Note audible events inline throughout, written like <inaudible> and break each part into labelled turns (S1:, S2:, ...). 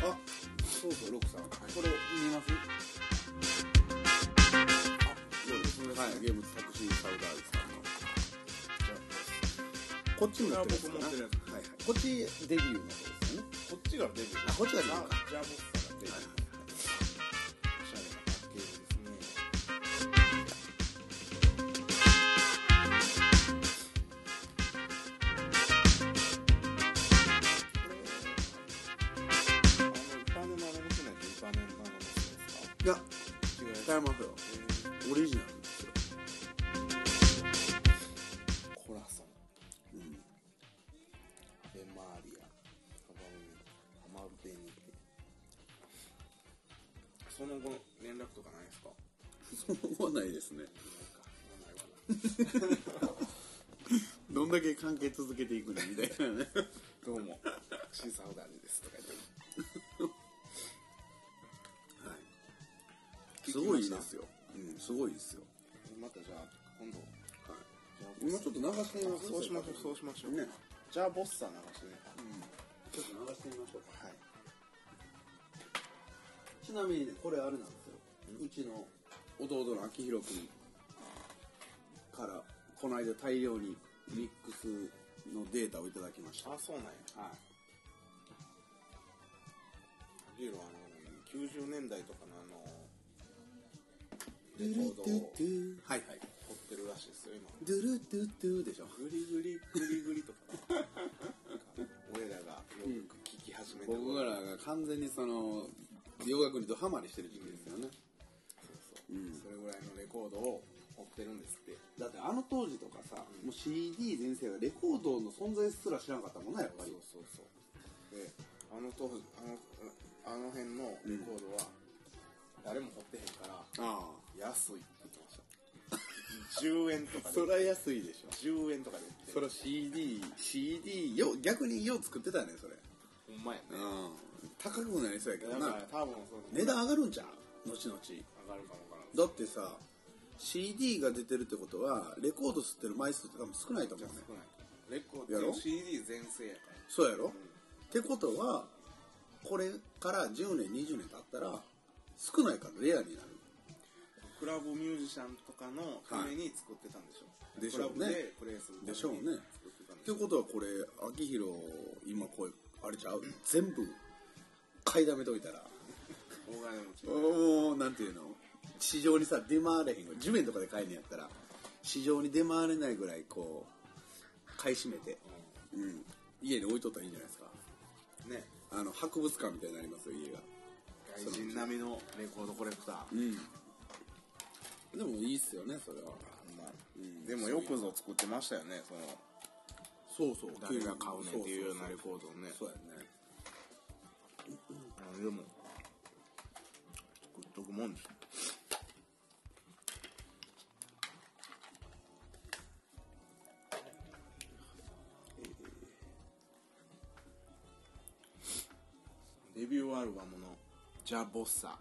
S1: そうそう六さん、これ見ます
S2: そうですね、
S1: はい
S2: ゲーム作詞サウダーズさんのこっちもやってるんですかな
S3: これは僕持ってるやつ
S2: はいはい
S1: こっちデビューの方ですよね
S3: こっちがデビュー
S1: あこっちがデビューか
S3: ジャボッサがデビューおしゃれなパッケージですねあの一般の孫娘って一般の孫娘ですか
S2: いや
S3: 違います
S2: 違いますよオリジナルですよ
S3: コラソンベマーリアハマベニテその後連絡とかないですか
S2: そうはないですね
S3: ないか
S2: どんだけ関係続けていくのみたいな <laughs> ね
S3: どうも、シーサーダルですとか言って
S2: すごいですよ、うん、すごいですよ、
S3: またじゃあ、今度、
S2: はい、今ちょっと流してみます
S3: そうしましょう、そうしましょう。
S2: ね
S3: じゃあ、ボッサー流してね。
S2: ちょっと流してみましょうか
S3: はい。
S1: ちなみにねこれあれなんですようちの
S2: 弟の秋広君からこの間大量にミックスのデータをいただきました、
S3: あ、そうなんや。
S2: はい
S3: リーロ、あの、90年代とかのあの、レコードを
S2: ドゥルはいはい
S3: 撮ってるらしいですよ、今。
S2: ドゥルドゥドゥでしょ
S3: グリグリ、グリグリとか。なんか俺らがよく聴き始めた
S2: 僕らが完全にその洋楽にドハマりしてる時期ですよね、
S3: そうそうそれぐらいのレコードを追ってるんですって。
S1: だってあの当時とかさ、もう CD 全盛がレコードの存在すら知らなかったもんなやっぱり
S3: そうそうそうであの当時あのあの辺のレコードは誰も持ってへんから
S2: あ
S3: 安いって言ってました10円と
S2: あ
S3: かで
S2: そりゃ安いでしょ
S3: 10円とかで売って
S2: それ CD CD よ逆によう作ってたねそれ
S3: ほんまやね
S2: うん高くもなりそうやけど
S3: だ
S2: な
S3: から多分そう
S2: 値段上がるんじゃん後々
S3: 上がるかもわからん
S2: だってさ CD が出てるってことはレコード吸ってる枚数って多分少ないと思うね
S3: 少ないレコー
S2: や
S3: ド
S2: ろ
S3: の CD 全盛やから
S2: そうやろ、ってことはこれから10年20年経ったら少ないからレアになる
S3: クラブミュージシャンとかのために作ってたんでしょ、う
S2: でし
S3: クラ
S2: ょうね
S3: ブでプレイするために
S2: でしょうね
S3: 作ってたん
S2: っ
S3: で
S2: て
S3: しょう
S2: ことはこれ秋広今これあれちゃう全部買いだめといたら
S3: 大金持ち
S2: おおなんていうの市場にさ出回れへんよ地面とかで買えんねやったら市場に出回れないぐらいこう買い占めて、うん、家に置いとったらいいんじゃないですか
S3: ね
S2: あの博物館みたいになりますよ家が
S3: 外人並みのレコードコレクター
S2: でもいいっすよねそれは
S3: まあでもよくぞ作ってましたよねその
S2: そうそう
S3: 誰が買うねんっていうようなレ
S2: ー
S3: コードをね
S2: そうそうそうやね
S3: あでも作っとくもんですねデビューアルバムの「ジャ・ボッサ
S2: は」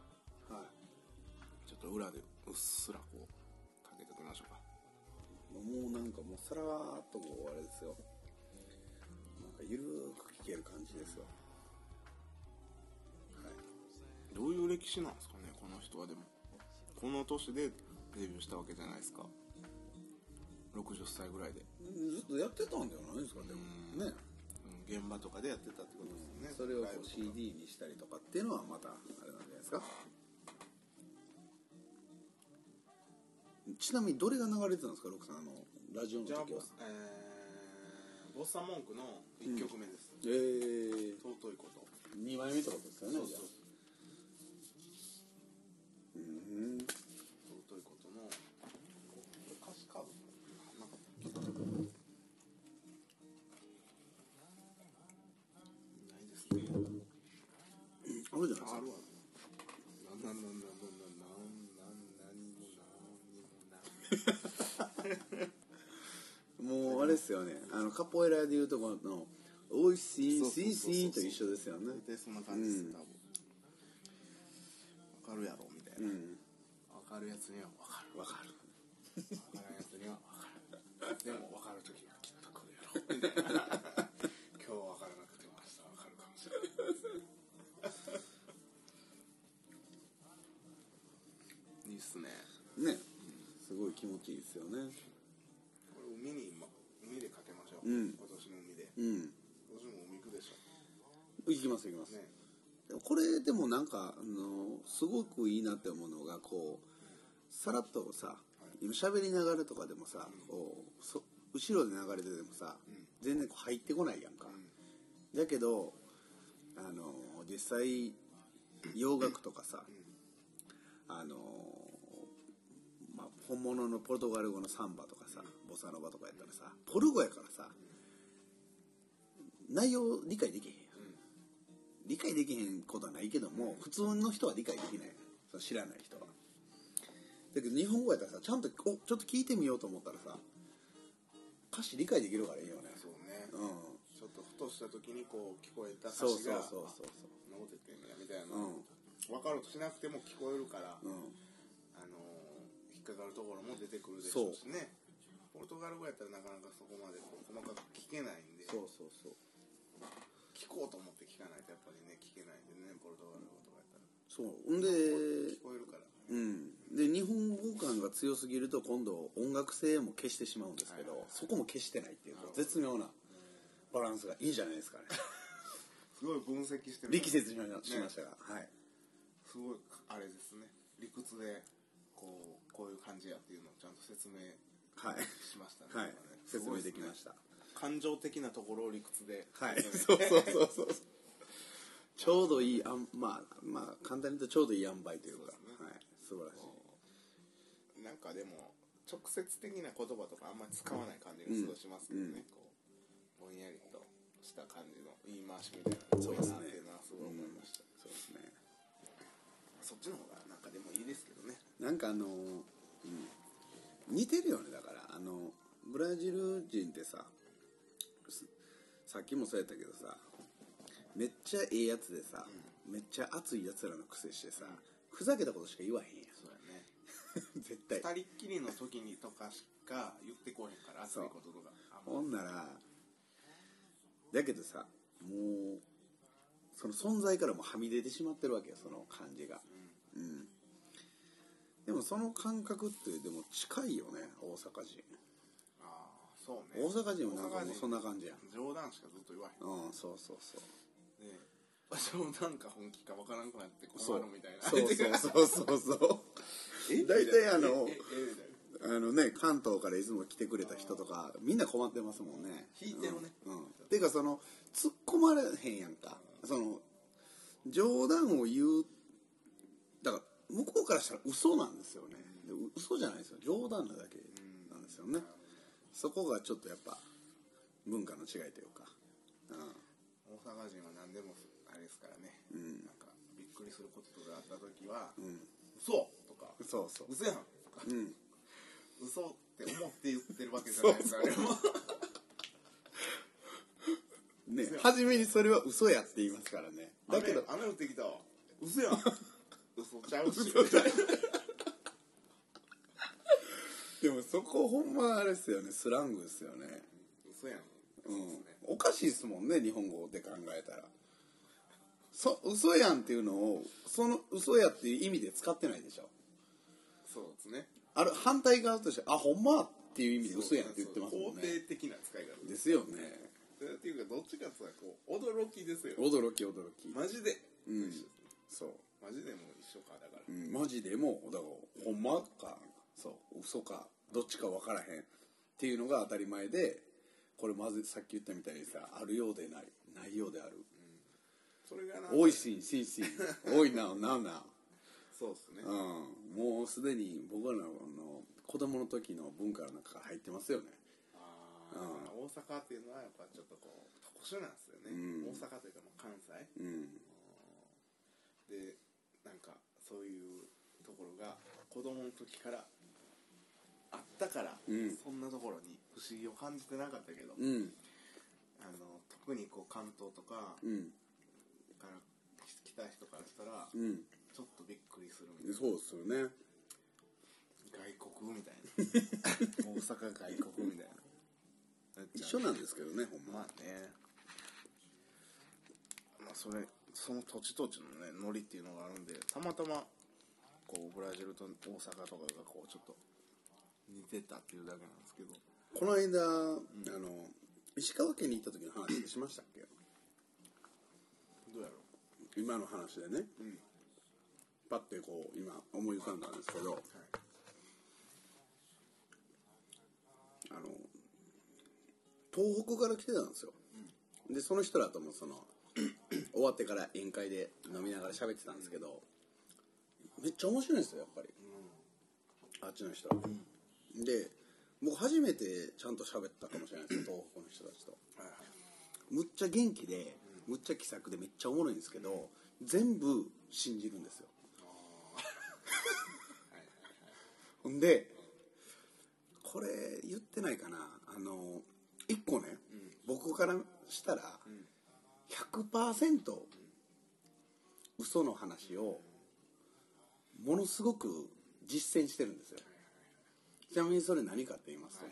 S3: ちょっと裏でうっすらこうかけておきましょうか
S2: いもうなんかもうさらーっともうあれですよなんかゆるーく聴ける感じですよ
S3: どういう歴史なんですかねこの人はでもこの年でデビューしたわけじゃないですか60歳ぐらいで、
S2: ずっとやってたんじゃないですかでもね
S3: うん、現場とかでやってたってことです
S2: そ
S3: よね
S2: れをこ
S3: ライブ
S2: う
S3: とか
S2: CD にしたりとかっていうのはまたあれなんじゃないですかちなみにどれが流れてたんですかロックさんあのラジオの
S3: じゃあ
S2: 時は
S3: えー、ボッサン文句の1曲目です、
S2: えー、
S3: 尊いこと
S2: 2枚目ってことですよね
S3: そうそ
S2: じゃあ
S3: う
S2: うん
S3: 尊いことの歌詞カードなんかないですね
S2: あるじゃないです
S3: あ
S2: か
S3: るわな。なんなんなんなんなんなんなんにもなんにも
S2: もうあれですよねあのカポエラでいうところの「おいしい
S3: そうそうそうそう
S2: しいしい」と一緒ですよね
S3: なん。大体そんな感じです、多分。わかるやろみたいうな。
S2: ん
S3: わかるやつにはわかる。
S2: わかる
S3: わからんやつにはわかる。でもわかるときがきっと来るやろ。みたいな今日わからなくても明日わかるかもしれない。
S2: ねすごい気持ちいいですよね
S3: これ海に今海でかけましょう、
S2: うん
S3: 今年の海で
S2: うん
S3: 今年も海行くでしょ
S2: 行きます行きます、
S3: ね
S2: これでもなんかあのすごくいいなって思うのがこうさらっとさ今喋りながらとかでもさ、こうそ後ろで流れててもさ、全然こう入ってこないやんか、だけどあの実際洋楽とかさ、あのまあ、本物のポルトガル語のサンバとかさボサノバとかやったらさポルゴやからさ内容理解できへんやん理解できへんことはないけども普通の人は理解できないその知らない人はだけど日本語やったらさちゃんとおちょっと聞いてみようと思ったらさ歌詞理解できるからいいよね
S3: そうね、
S2: うん
S3: ちょっとふとした時にこう聞こえた
S2: そ
S3: 歌
S2: うそうそうそうそう
S3: 詞がそんなこと言ってんねやみたいな、
S2: うん
S3: 分かろうとしなくても聞こえるから、
S2: うん
S3: あのー引っかかるところも出てくるでしょうしねポルトガル語やったらなかなかそこまでこう細かく聞けないんで
S2: そうそうそう
S3: 聞こうと思って聞かないとやっぱりね聞けないんでねポルトガル語とかやったら
S2: そうんで
S3: 聞こえるから
S2: うんで日本語感が強すぎると今度音楽性も消してしまうんですけど、そこも消してないっていう絶妙なバランスがいいじゃないですかね
S3: すごい分析してみた
S2: 力説しましましたが、はい
S3: すごいあれですね理屈でこうこういう感じやっていうのをちゃんと説明
S2: はい
S3: しましたね
S2: はい
S3: 今ね
S2: 説明できまし
S3: すごいすね
S2: た、
S3: 感情的なところを理屈で <laughs>
S2: はい、そうそうそうそう。ちょうどいい、あんまあ、まあ、簡単に言うとちょうどいい塩梅というか、
S3: そう
S2: はい、素晴らしい。
S3: なんかでも直接的な言葉とかあんまり使わない感じがすごいしますけどね、こうぼんやりとした感じの言い回しみたいなそうですねっていうのはすごい思いました、
S2: そうですね。
S3: そっちの方がなんかでもいいですけどね
S2: なんかあの、うん、似てるよね、だから、あの、ブラジル人ってさ、すさっきもそうやったけどさ、めっちゃええやつでさ、めっちゃ熱いやつらの癖してさ、ふざけたことしか言わへんや
S3: そうや
S2: ん。 <laughs>
S3: ね
S2: 絶対。
S3: 二人っきりの時にとかしか言ってこへんから熱いこととかあんま
S2: ほんならだけどさもうその存在からもはみ出てしまってるわけよその感じがうんでもその感覚ってでも近いよね大阪人
S3: ああそうね
S2: 大阪人もなんかもうそんな
S3: 大阪
S2: 感じやん
S3: 人冗談しかずっと言わへ
S2: <laughs>
S3: ん
S2: うんそうそうそう
S3: で冗談か本気かわからんくなって
S2: そ
S3: 困
S2: う
S3: るみたいな
S2: そうそ
S3: <laughs>
S2: うそうそうそう <laughs> 大体あの
S3: えええみたいな
S2: あのね関東からいつも来てくれた人とかみんな困ってますもんね
S3: 引いてるね
S2: うん、うんていうかその突っ込まれへんやんかその冗談を言うだから向こうからしたら嘘なんですよねでう嘘じゃないですよ冗談なだけなんですよねそこがちょっとやっぱ文化の違いというか、
S3: 大阪人は何でもあれですからね、なんかびっくりすることとかあった時は「嘘!」とか
S2: うん、そうそう
S3: 「嘘やん!」とか、
S2: ん
S3: 嘘って思って言ってるわけじゃないです
S2: <laughs>
S3: からね
S2: ね初めにそれは嘘やって言いますからねだけど
S3: 雨雨降ってきたわ嘘やん嘘ちゃうし
S2: でもそこほんまあれですよねスラングですよね
S3: 嘘やん
S2: う
S3: そうです
S2: ん
S3: ね、
S2: おかしいですもんね日本語で考えたらそ嘘やんっていうのをその嘘やっていう意味で使ってないでしょ
S3: そうですね
S2: あれ反対側としてあほんまっていう意味で嘘やんって言ってますもん
S3: 肯定
S2: ね
S3: 的な使い方
S2: ですよね
S3: っていうかどっちかっていうとこう驚きですよ
S2: 驚き驚き
S3: マジで、
S2: うんそう、
S3: マジでもう一緒かだから、
S2: うん、マジでもうだからほんまかそう嘘かどっちか分からへんっていうのが当たり前でこれまずさっき言ったみたいにさあるようでないないようである
S3: それがな
S2: 多いしんしんしん多いな <laughs> なな
S3: そうですね
S2: うん、もうすでに僕らのあの子供の時の文化の中から入ってますよね
S3: あーだから大阪っていうのはやっぱちょっとこう特殊なんですよね、
S2: うん
S3: 大阪というかまあ関西
S2: うん
S3: でなんかそういうところが子供の時からあったから、
S2: うん
S3: そんなところに不思議を感じてなかったけど、
S2: うん
S3: あの特にこう関東とか
S2: うん
S3: から来た人からしたら、ち
S2: うん
S3: ょっとびっくりするみたいな
S2: そうですよね
S3: 外国みたい
S2: <laughs>
S3: な大阪外国みたいな
S2: 一緒なんですけどねほんま
S3: まあねまあそれその土地土地のねノリっていうのがあるんでたまたまこうブラジルと大阪とかがこうちょっと似てたっていうだけなんですけど
S2: この間、あの石川県に行った時の話ってしましたっけ
S3: どうやろう
S2: 今の話でね、パッてこう今思い浮かんだんですけど、あの東北から来てたんですよ、でその人らともその <clears throat> 終わってから宴会で飲みながら喋ってたんですけど、めっちゃ面白いんですよやっぱり、あっちの人は、で僕初めてちゃんと喋ったかもしれないですよ東北の人たちと、むっちゃ元気でむっちゃ気さくでめっちゃおもろいんですけど、全部信じるんですよほんでこれ言ってないかなあの一個ね、僕からしたら100%嘘の話をものすごく実践してるんですよちなみにそれ何かって言いますとね、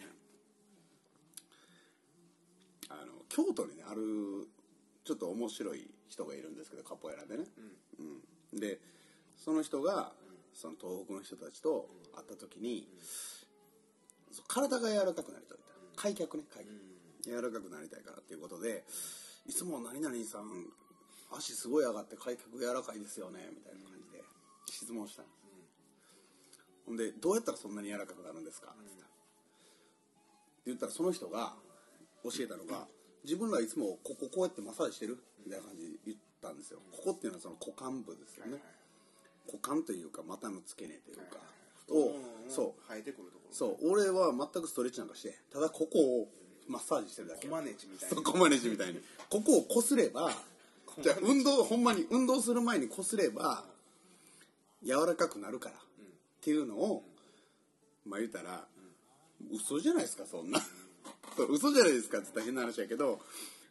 S2: あの京都にねあるちょっと面白い人がいるんですけどカポエラでね、うんでその人がその東北の人たちと会った時に、そう体が柔らかくなりたいみたいな開脚ね開脚、柔らかくなりたいからっていうことでいつも何々さん足すごい上がって開脚柔らかいですよねみたいな感じで質問したんです、ほんでどうやったらそんなに柔らかくなるんですかって言ったらって言ったらその人が教えたのが自分らいつもこここうやってマッサージしてるみたいな感じで言ったんですよここっていうのはその股間部ですよね股間というか股の付け根というかをそう
S3: 生えてくるところ
S2: そう俺は全くストレッチなんかしてただここをマッサージしてるだけ
S3: コマネチみたいな
S2: そうコマネチみたいにここをこすればじゃあ運動ほんまに運動する前にこすれば柔らかくなるから、っていうのを、まあ言ったら、嘘じゃないですかそんな <laughs> そう嘘じゃないですかって言ったら変な話やけど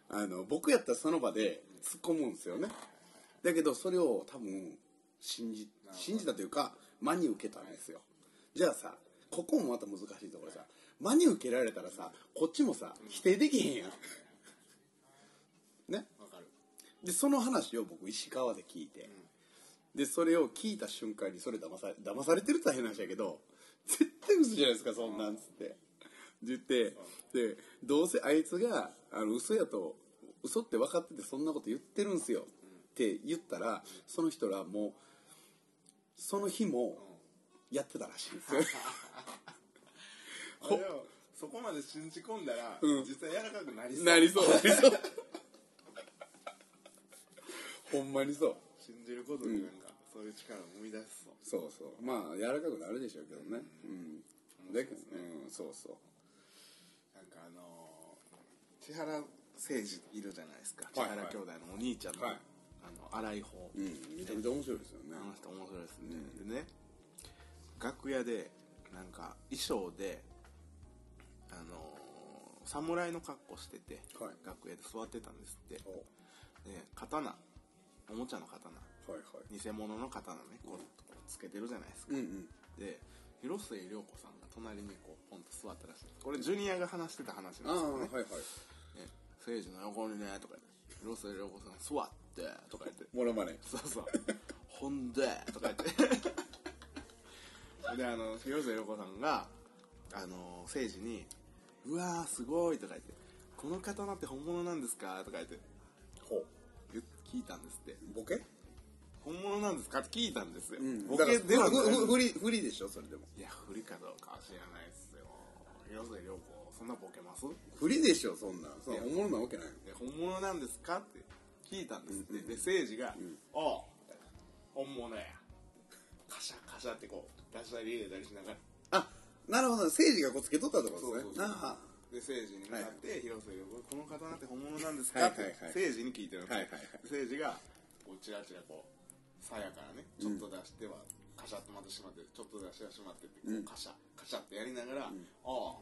S2: あの僕やったらその場で突っ込むんですよねだけどそれを多分信じ信じたというか真に受けたんですよじゃあさここもまた難しいところさ真に受けられたらさこっちもさ否定できへんやんね
S3: わかる
S2: でその話を僕石川で聞いて、でそれを聞いた瞬間にそれ騙され騙されてるって大変な話やけど絶対嘘じゃないですかそんなんつって、言ってでどうせあいつがあの嘘やと嘘って分かっててそんなこと言ってるんすよって言ったらその人らもうその日もやってたらしいんですよ
S3: あれをそこまで信じ込んだら、
S2: うん
S3: 実際柔らかくなりそう
S2: なりそうなりそう <laughs> ほんまにそう
S3: 信じることになんか、そういう力を生み出すそう
S2: そうそうまあ柔らかくなるでしょうけどねうんだけどうんそうそう
S3: なんかあのー千原誠司いるじゃないですか、
S2: はいはい
S3: 千原兄弟のお兄ちゃんの、
S2: はい
S3: あの荒い方、
S2: うんめちゃめちゃ面白いですよね
S3: あの人面白いですね、でね楽屋でなんか衣装であのー侍の格好してて、
S2: はい
S3: 楽屋で座ってたんですって
S2: お
S3: で刀おもちゃの刀
S2: はいはい
S3: 偽物の刀ねこうこうつけてるじゃないですか、
S2: うんうん
S3: で広末涼子さんが隣にこうポンと座ったらしいこれジュニアが話してた話
S2: ああ
S3: なんです
S2: はいは
S3: よね
S2: い
S3: ね誠治の横にねとか言って広末涼子さん座ってとか言って
S2: モノマネ
S3: そうそう「ほんで」とか言って <laughs> であの広末涼子さんがあの誠治に「うわーすごい」とか言って「この刀って本物なんですか?」とか言って
S2: ほう
S3: 言っ聞いたんですって
S2: ボケ
S3: 「本物なんですか?」って聞いたんですよ、
S2: ボ
S3: ボ
S2: ケ
S3: ケ
S2: で
S3: で
S2: は
S3: は
S2: ふ
S3: ない
S2: ふふりふりでしょそれでも
S3: いや不利かどうかは知らないっすよ広末涼子そんなボケます
S2: ふりでしょそんなそんなおもろなわけない
S3: で本物なんですかって聞いたんですって、で誠治が「おう本物や」カシャカシャってこう出したり入れたりしながら
S2: あなるほど政治がこうつけとったってことです
S3: そうそう
S2: ね
S3: そう
S2: あ
S3: で誠治に向かって、広瀬が「この刀って本物なんです
S2: は
S3: か?」
S2: い
S3: っ
S2: はいはい
S3: て誠治に聞いてるんですよ
S2: はいはいはい
S3: で誠治がこうチラチラこう鞘からねちょっと出しては、カシャッとまたしまってちょっと出してはしまってってこうカシャカシャってやりながら「おう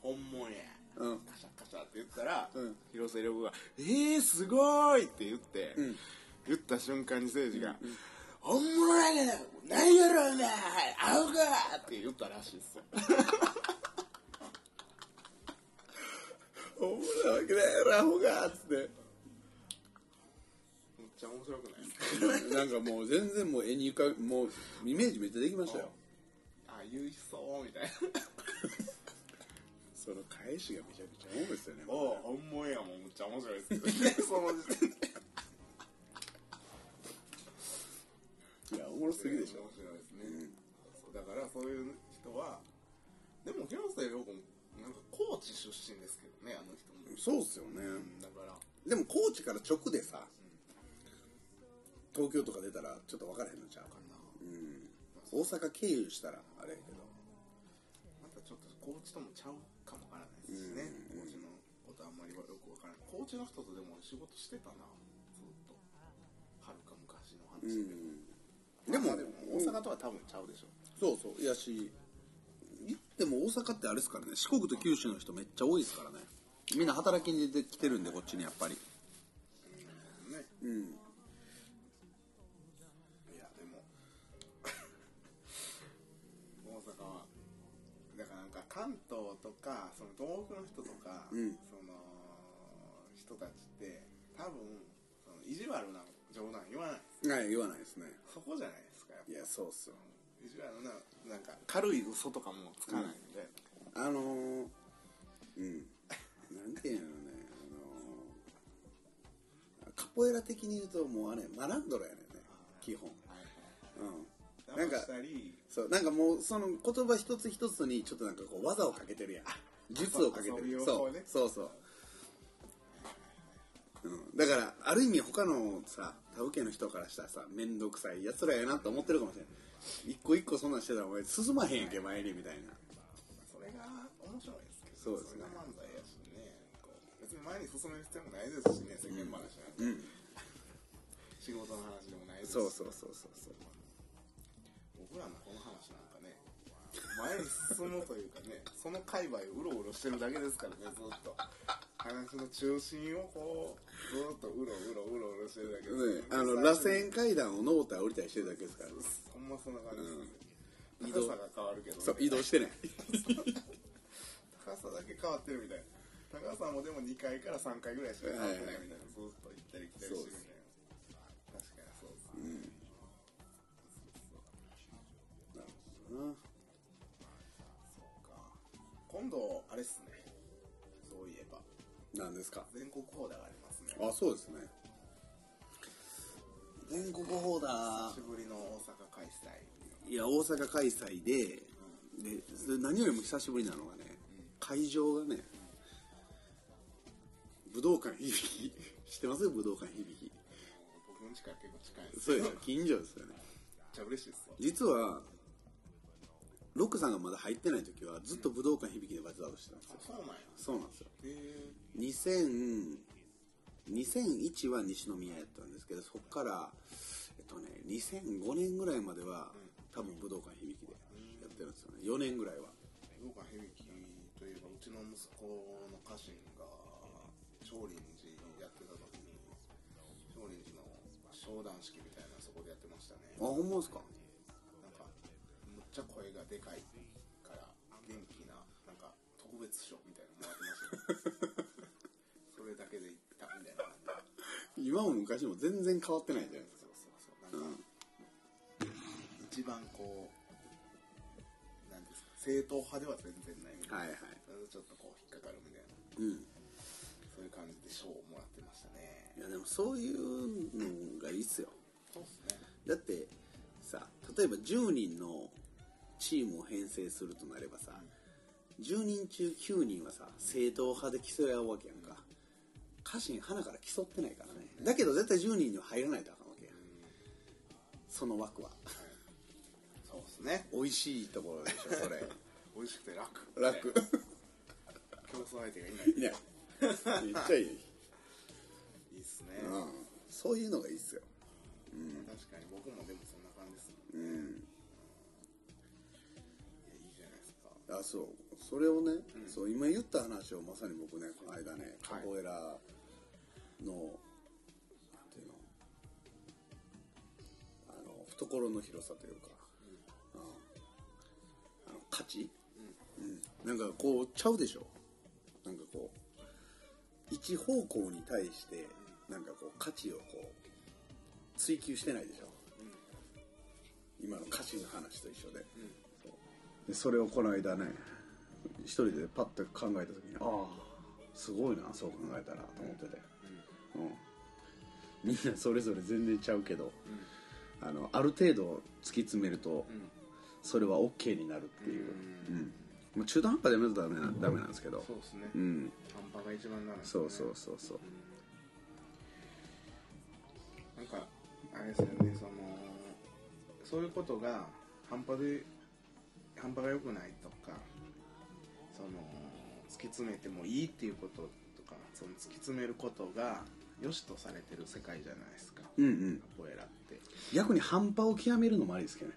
S3: 本物や」
S2: うん
S3: カシャカシャって言ったら、
S2: うん
S3: 広瀬涼子が「えー、すごい!」って言って、
S2: ん
S3: 言った瞬間に誠治が「本物やな何やろうな青か!」って言ったらしいっすよ
S2: <laughs> あおもろいわけないやろアホがっつって
S3: めっちゃ面白くないですか
S2: なんかもう全然もう絵に浮かびもうイメージめっちゃできましたよ
S3: あ優しそうみたいな
S2: その返しがめちゃめちゃ多いですよね
S3: おお本物やもんむっちゃ面白いです <laughs> その時点で
S2: いやおもろすぎでしょ
S3: 面白いですね、そうだからそういう人はでも広末涼子もなんか高知出身ですけどねあの人も、
S2: そうっすよね、
S3: だから
S2: でも高知から直でさ東京とか出たらちょっと分からへんのちゃうか
S3: あの
S2: 大阪経由したらあれやけど
S3: またちょっと高知ともちゃうかもわからないですしね、高知のことあんまりよくわからない高知の人とでも仕事してたなずっとはるか昔の話で、
S2: でも
S3: まあでも大阪とは多分ちゃうでしょ
S2: そうそういやし言っても大阪ってあれですからね四国と九州の人めっちゃ多いですからねみんな働きに出てきてるんでこっちにやっぱり
S3: ね
S2: うん
S3: いやでも大阪はだからなんか関東とかその東北の人とか、
S2: ん
S3: その人たちって多分その意地悪な冗談言わない
S2: はい言わないですね
S3: そこじゃないですかやっぱ
S2: いやそうっすよ
S3: 意地悪ななんか軽い嘘とかもつかないんで、
S2: あのー、うんなんていうのねあのーカポエラ的に言うともうあれマランドラやねんね基本うん
S3: な
S2: なんん
S3: か
S2: か
S3: したり
S2: そうなんかもうその言葉一つ一つにちょっとなんかこう技をかけてるやん術をかけて
S3: 遊び
S2: る
S3: を
S2: そ
S3: こ
S2: う
S3: うね
S2: そうそう、うん、だからある意味他のさ他府県の人からしたらさ面倒くさいやつらやなと思ってるかもしれない一個一個そんなんしてたらお前進まへんやんけ前にみたいな
S3: それが面白いですけど
S2: そうですね
S3: れが漫才やしねこう別に前に進める必要もないですしね世間話なんて、仕事の話でもないですし
S2: そうそうそうそうそう
S3: 僕らのこの話なんかね前に進むというかね <laughs> その界隈をうろうろしてるだけですからねずっと話の中心をこうずっとうろうろうろうろしてるだけ
S2: ね
S3: です、
S2: あの螺旋階段を登ったら降りたりしてるだけですから
S3: ほんまそんな感じ
S2: うん
S3: です、ね高さが変わるけど、ね、
S2: そう移動して <laughs> ない
S3: 高さだけ変わってるみたいな高さもでも2階から3階ぐらいしか変わってないみたいな、ずっと行ったり来たりしてるみたいな確かにそうですね、そうか今度あれっすねそういえば
S2: なんですか
S3: 全国放題がありますね
S2: あそうですね全国放題
S3: 久しぶりの大阪開催
S2: いや大阪開催で,、でそれ何よりも久しぶりなのがね、会場がね武道館響き知ってます武道館響き
S3: 僕の家から結構近いんです
S2: そうです <laughs> よ近所ですよね
S3: めっちゃ嬉しいっすよ
S2: 実はロックさんがまだ入ってない時はずっと武道館響きでバイトだとしてたんですよ
S3: そうなんや
S2: そうなんですよ
S3: へえ
S2: 2000 2001は西宮やったんですけどそこからえっとね2005年ぐらいまでは多分武道館響きでやってるんですよね4年ぐらいは
S3: 僕は響きといえばうちの息子の家臣が少林寺やってた時に少林寺の商談式みたいなのそこでやってましたね
S2: あほんまですか
S3: なんかむっちゃ声がでかいから元気ななんか特別賞みたいなのもらってました、ね、それだけでいったみたいな感じ
S2: 今も昔も全然変わってないじゃないですか
S3: そうそうそうなんか、一番こうなんですか正統派では全然ないみたいな、
S2: はいはい
S3: ちょっとこう引っかかるみたいな
S2: うん
S3: そういう感じで賞をもらってましたね
S2: いやでもそういうのがいいっすよ
S3: そうですね
S2: だってさ例えば10人のチームを編成するとなればさ10人中9人はさ正統派で競い合うわけやんか家臣花から競ってないからねだけど絶対10人には入らないとあかんわけやんその枠は
S3: そうですね
S2: 美味しいところでしょそれ <laughs>
S3: 美味しくて楽
S2: 楽
S3: 競争相手がいない
S2: い <laughs> やめっちゃいい、
S3: いいっすね、
S2: うん、そういうのがいいっすよ
S3: 確かに僕もでもそんな感じですもんね、いやいいじゃないですか
S2: あそうそれをね、そう今言った話をまさに僕ねこの間ねカ
S3: はい
S2: ポエラの、なんていうのあの懐の広さというか、うんあの価値、うんなんかこうちゃうでしょなんかこう一方向に対してなんかこう価値をこう追求してないでしょ、今の歌詞の話と一緒で,そう、でそれをこの間ね一人でパッと考えた時にああすごいなそう考えたらと思ってて、うんみんなそれぞれ全然ちゃうけど、あのある程度突き詰めると、それは OK になるっていう、うんまあ、中途半端でやめるとダメなダメなんですけど
S3: そうですね
S2: うん
S3: 半端が一番なの
S2: そうそうそうそう
S3: なんかあれですよねそのそういうことが半端で半端が良くないとかその突き詰めてもいいっていうこととかその突き詰めることが良しとされてる世界じゃないですか、
S2: うんうん
S3: アポエラって
S2: 逆に半端を極めるのもありですけどね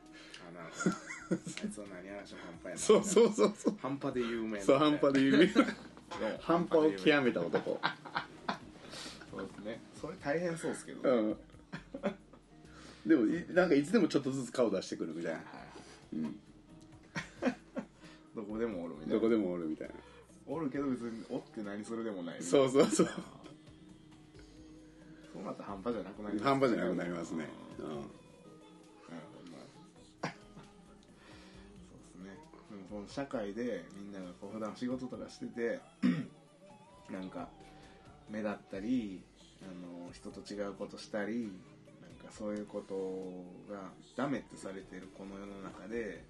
S2: <laughs>
S3: あなるほどあいつは何話しても半端やな
S2: そうそうそうそう
S3: 半端で有名
S2: そう半端で有名
S3: で
S2: 半端を極めた男
S3: そうですねそれ大変そうですけど、
S2: う
S3: はい
S2: んでもいなんかいつでもちょっとずつ顔出してくるみたいな
S3: <laughs> どこでもおるみたいな
S2: どこでもおるみたいな
S3: おるけど別におって何するでもないみたいな
S2: そうそうそう
S3: そうなったら半端じゃなくなります
S2: 半端じゃなくなりますね
S3: う
S2: うん
S3: なんるほどなそうですねでもこの社会でみんながこう普段仕事とかしててなんか目立ったりあの人と違うことしたりなんかそういうことがダメってされてるこの世の中で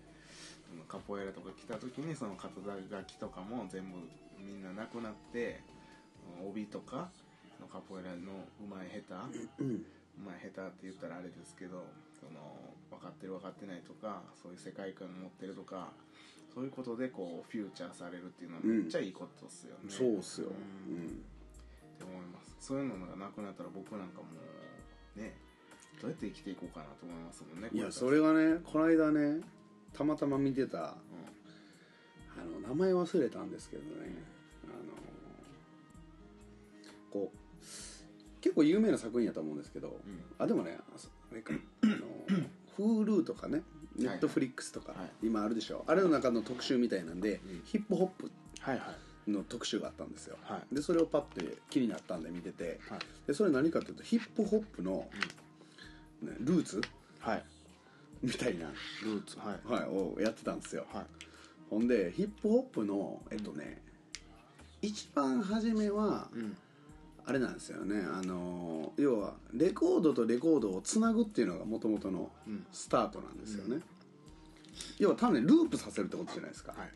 S3: そのカポエラとか来た時にその肩書きとかも全部みんななくなって帯とかそのカポエラのうまい下手
S2: うん
S3: まあ下手って言ったらあれですけどその分かってる分かってないとかそういう世界観を持ってるとかそういうことでこうフューチャーされるっていうのはめっちゃいいことっすよね、
S2: そうっすよ
S3: うん
S2: うん
S3: って思いますそういうのがなくなったら僕なんかもうねどうやって生きていこうかなと思いますもんね
S2: い
S3: こ
S2: や
S3: から
S2: それがねこの間ねたまたま見てたあの名前忘れたんですけどねあのこう結構有名な作品やと思うんですけど、
S3: うん、うん
S2: あでもねあそあれ
S3: <clears throat>
S2: かあの Hulu とかね
S3: いはい
S2: Netflix とか、
S3: はい
S2: 今あるでしょあれの中の特集みたいなんで、
S3: うん
S2: ヒップホップ
S3: はいはい
S2: の特集があったんですよ、
S3: は
S2: でそれをパッて気になったんで見てて
S3: はい
S2: でそれ何かっていうとヒップホップの、ねルーツ
S3: はい
S2: みたいな、
S3: ルーツはい
S2: はい、をやってたんですよ、
S3: はい
S2: ほんでヒップホップのえっとね、一番初めは、
S3: うん
S2: あれなんですよねあのー要はレコードとレコードをつなぐっていうのがもともとの
S3: うん
S2: スタートなんですよね、要は単にループさせるってことじゃないですか、
S3: はい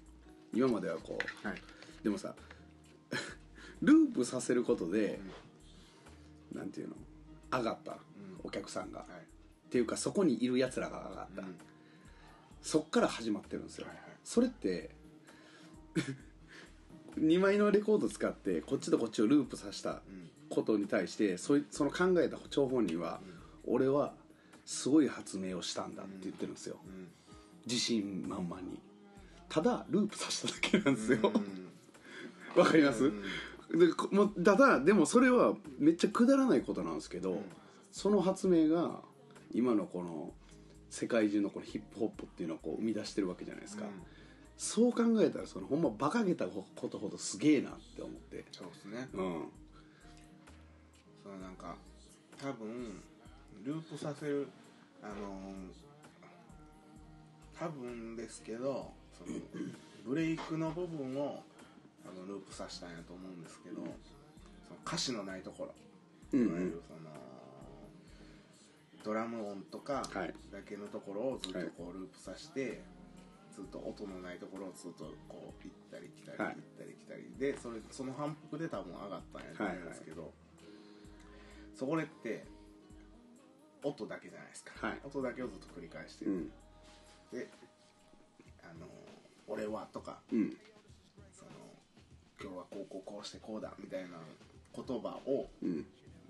S2: 今まではこう
S3: はい
S2: でもさ <laughs> ループさせることで、なんていうの上がった、お客さんが、
S3: はい
S2: っていうかそこにいるやつらが上がった、
S3: うん
S2: そっから始まってるんですよ、
S3: はいはい
S2: それって <laughs> 2枚のレコード使ってこっちとこっちをループさせた
S3: うん
S2: ことに対してそいその考えた張本人は、俺はすごい発明をしたんだって言ってるんですよ、
S3: うん
S2: 自信満々にただループさせただけなんですよ
S3: うん
S2: わかります、でこもうただでもそれはめっちゃくだらないことなんですけど、その発明が今のこの世界中のこのヒップホップっていうのをこう生み出してるわけじゃないですか、
S3: うん
S2: そう考えたらそのほんま馬鹿げたことほどすげえなって思って
S3: そうですね
S2: うん
S3: そのなんか多分ループさせるあのー多分ですけどそのブレイクの部分をあのループさせたんやと思うんですけどその歌詞のないところ
S2: うん
S3: いわゆるそのドラム音とか
S2: はい
S3: だけのところをずっとこうループさせて、ずっと音のないところをずっとこう行ったり来たり
S2: は
S3: 行
S2: い
S3: ったり来たりでそれその反復で多分上がったんやと思うんですけど、そこでって音だけじゃないですか、
S2: はい
S3: 音だけをずっと繰り返して
S2: う
S3: る、
S2: ん
S3: で「あの俺は」とか
S2: うん
S3: 「その今日はこうこうこうしてこうだ」みたいな言葉を
S2: うん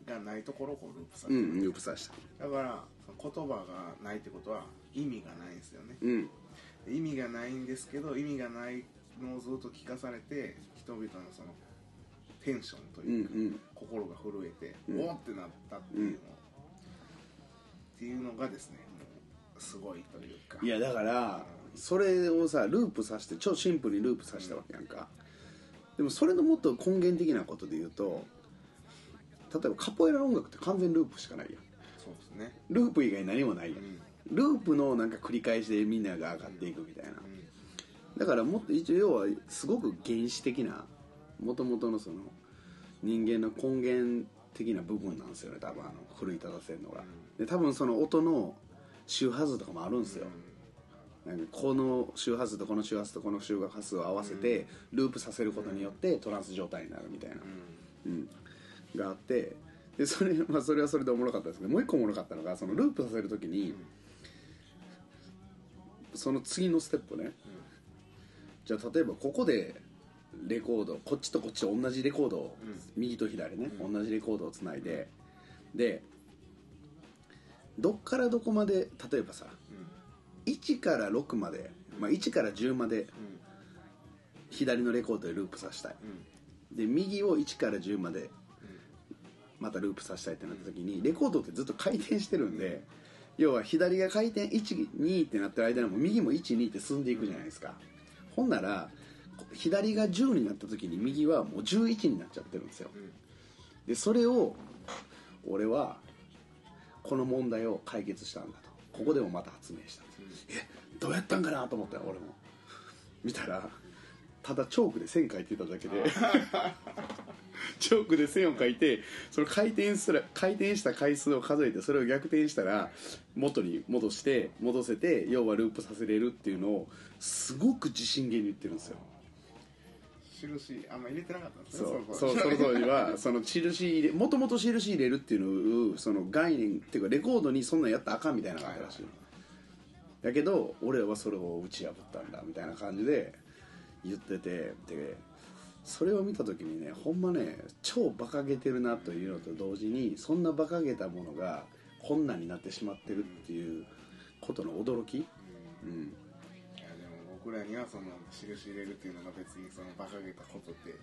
S3: がないところをこうループさ
S2: う
S3: せる、
S2: んループさせた
S3: だからその言葉がないってことは意味がないんですよね
S2: うん
S3: 意味がないんですけど意味がないのをずっと聞かされて人々のそのテンションと
S2: うんう
S3: いうか、
S2: ん
S3: 心が震えて、
S2: うん
S3: おーってなったっていうの、っていうのがですねもうすごいというか
S2: いやだからそれをさループさせて超シンプルにループさせたわけやんか、でもそれのもっと根源的なことで言うと例えばカポエラの音楽って完全ループしかないやん
S3: そうですねね
S2: ループ以外何もないやん
S3: うん
S2: ループのなんか繰り返しでみんなが上がっていくみたいな
S3: うん
S2: だからもっと一応要はすごく原始的なもともとのその人間の根源的な部分なんですよね多分あの奮い立たせるのがで多分その音の周波数とかもあるんですよなんかこの周波数とこの周波数とこの周波数を合わせてループさせることによってトランス状態になるみたいな、うん、があってでそれ,、まあ、それはそれでおもろかったですけどもう一個おもろかったのがそのループさせるときに、その次のステップね、じゃあ例えばここでレコードこっちとこっちと同じレコードを、右と左ね、同じレコードをつないででどっからどこまで例えばさ1から6まで、まあ、1から10まで左のレコードでループさせたい、で右を1から10までまたループさせたいってなった時にレコードってずっと回転してるんで要は左が回転12ってなってる間にも右も12って進んでいくじゃないですかほんならこ左が10になった時に右はもう11になっちゃってるんですよでそれを俺はこの問題を解決したんだとここでもまた発明したんですえどうやったんかなと思ったよ俺も見たらただチョークで線描いてただけでチョークで線を描いてその回転すら回転した回数を数えてそれを逆転したら元に戻して戻せて要はループさせれるっていうのをすごく自信げに言ってるんですよ
S3: 印あんま入れてなかったんです
S2: そ
S3: ね
S2: う
S3: こ
S2: そう
S3: <laughs>
S2: その当時はその印入れもともと印入れるっていうのをその概念っていうかレコードにそんなんやったらあかんみたいなのがあったらしいのだけど俺はそれを打ち破ったんだみたいな感じで言っててでそれを見た時にねほんまね超バカげてるなというのと同時にそんなバカげたものがこんなんになってしまってるっていうことの驚き、うん、
S3: いやでも僕らにはその印入れるっていうのが別にその馬鹿げたことって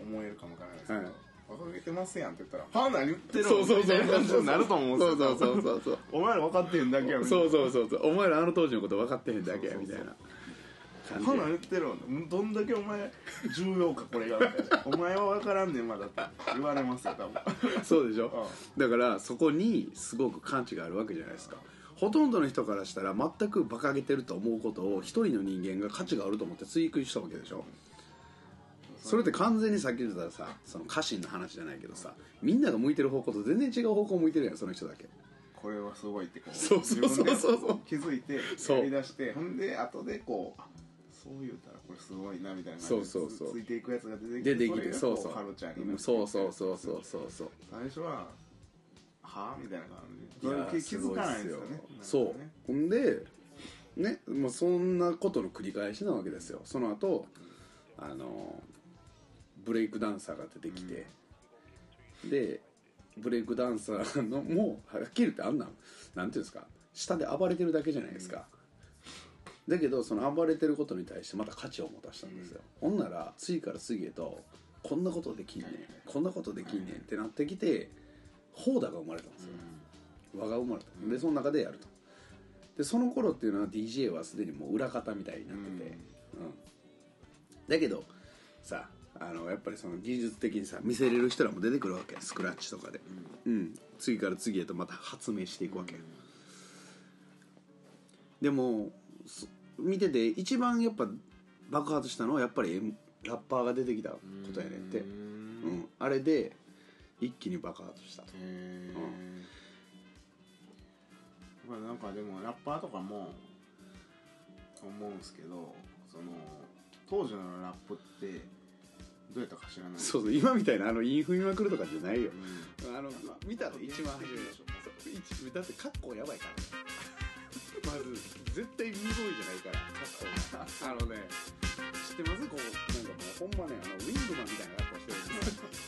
S3: 思えるかもわからないですけど、
S2: はい
S3: 馬鹿げてますやんって言ったら「はあ何言ってるの?」
S2: そうそうそう
S3: みたいな <laughs> 感じになると思うんで
S2: そ
S3: すよ
S2: うそうそうそうそう
S3: お前ら分かってんだけやみたい
S2: そ
S3: な
S2: うそうそうそうお前らあの当時のこと分かってへんだけやみたいな感
S3: 花
S2: じ
S3: 言ってるわどんだけお前重要かこ
S2: <laughs>
S3: れがみたいなお前は分からんねんまだって言われますよ多分
S2: でそうでしょだからそこにすごく感知があるわけじゃないですかほとんどの人からしたら全く馬鹿げてると思うことを一人の人間が価値があると思って追求したわけでしょ <laughs> それって完全にさっき言ってたさその家臣の話じゃないけどさみんなが向いてる方向と全然違う方向向いてるやんその人だけ
S3: これはすごいってこう
S2: そうそうそうそう
S3: 自分で気づいて
S2: そう
S3: やりだしてほんで後でこうあそう言うたらこれすごいなみたいな感じで
S2: そうそうそう
S3: つついていくやつが出て
S2: 出
S3: きて
S2: てきてそうそう
S3: ハロちゃんになって
S2: そうそうそうそうそうそう
S3: 最初ははあみたいな感じ
S2: い
S3: それ
S2: や
S3: 気気づかないですよね
S2: すごいっすよ
S3: なんかね
S2: そうほんでねもうそんなことの繰り返しなわけですよその後あのブレイクダンサーが出てきて、でブレイクダンサーのもうはっきり言ってあんなんなんていうんですか下で暴れてるだけじゃないですか、だけどその暴れてることに対してまた価値を持たしたんですよ、ほんなら次から次へとこんなことできんねんこんなことできんねんってなってきてホーダが生まれたんですよ、輪が生まれたでその中でやるとでその頃っていうのは DJ はすでにもう裏方みたいになってて、うんだけどさあのやっぱりその技術的にさ見せれる人らも出てくるわけスクラッチとかで、うん次から次へとまた発明していくわけ、でもそ見てて一番やっぱ爆発したのはやっぱり M ラッパーが出てきたことやねんって、うん、あれで一気に爆発したと
S3: へえ、まあなんかでもラッパーとかも思うんですけどその当時のラップってどうやったか知らない
S2: そうそう今みたいなあのインフミまくるとかじゃないよ
S3: うん、
S2: あの見たで一番初めでしょそう一だってカッコやばいからまず絶対見声じゃないからカッコがあのね知ってますこうなんかもうほんまねあのウィングマンみたいな格好してるんですよ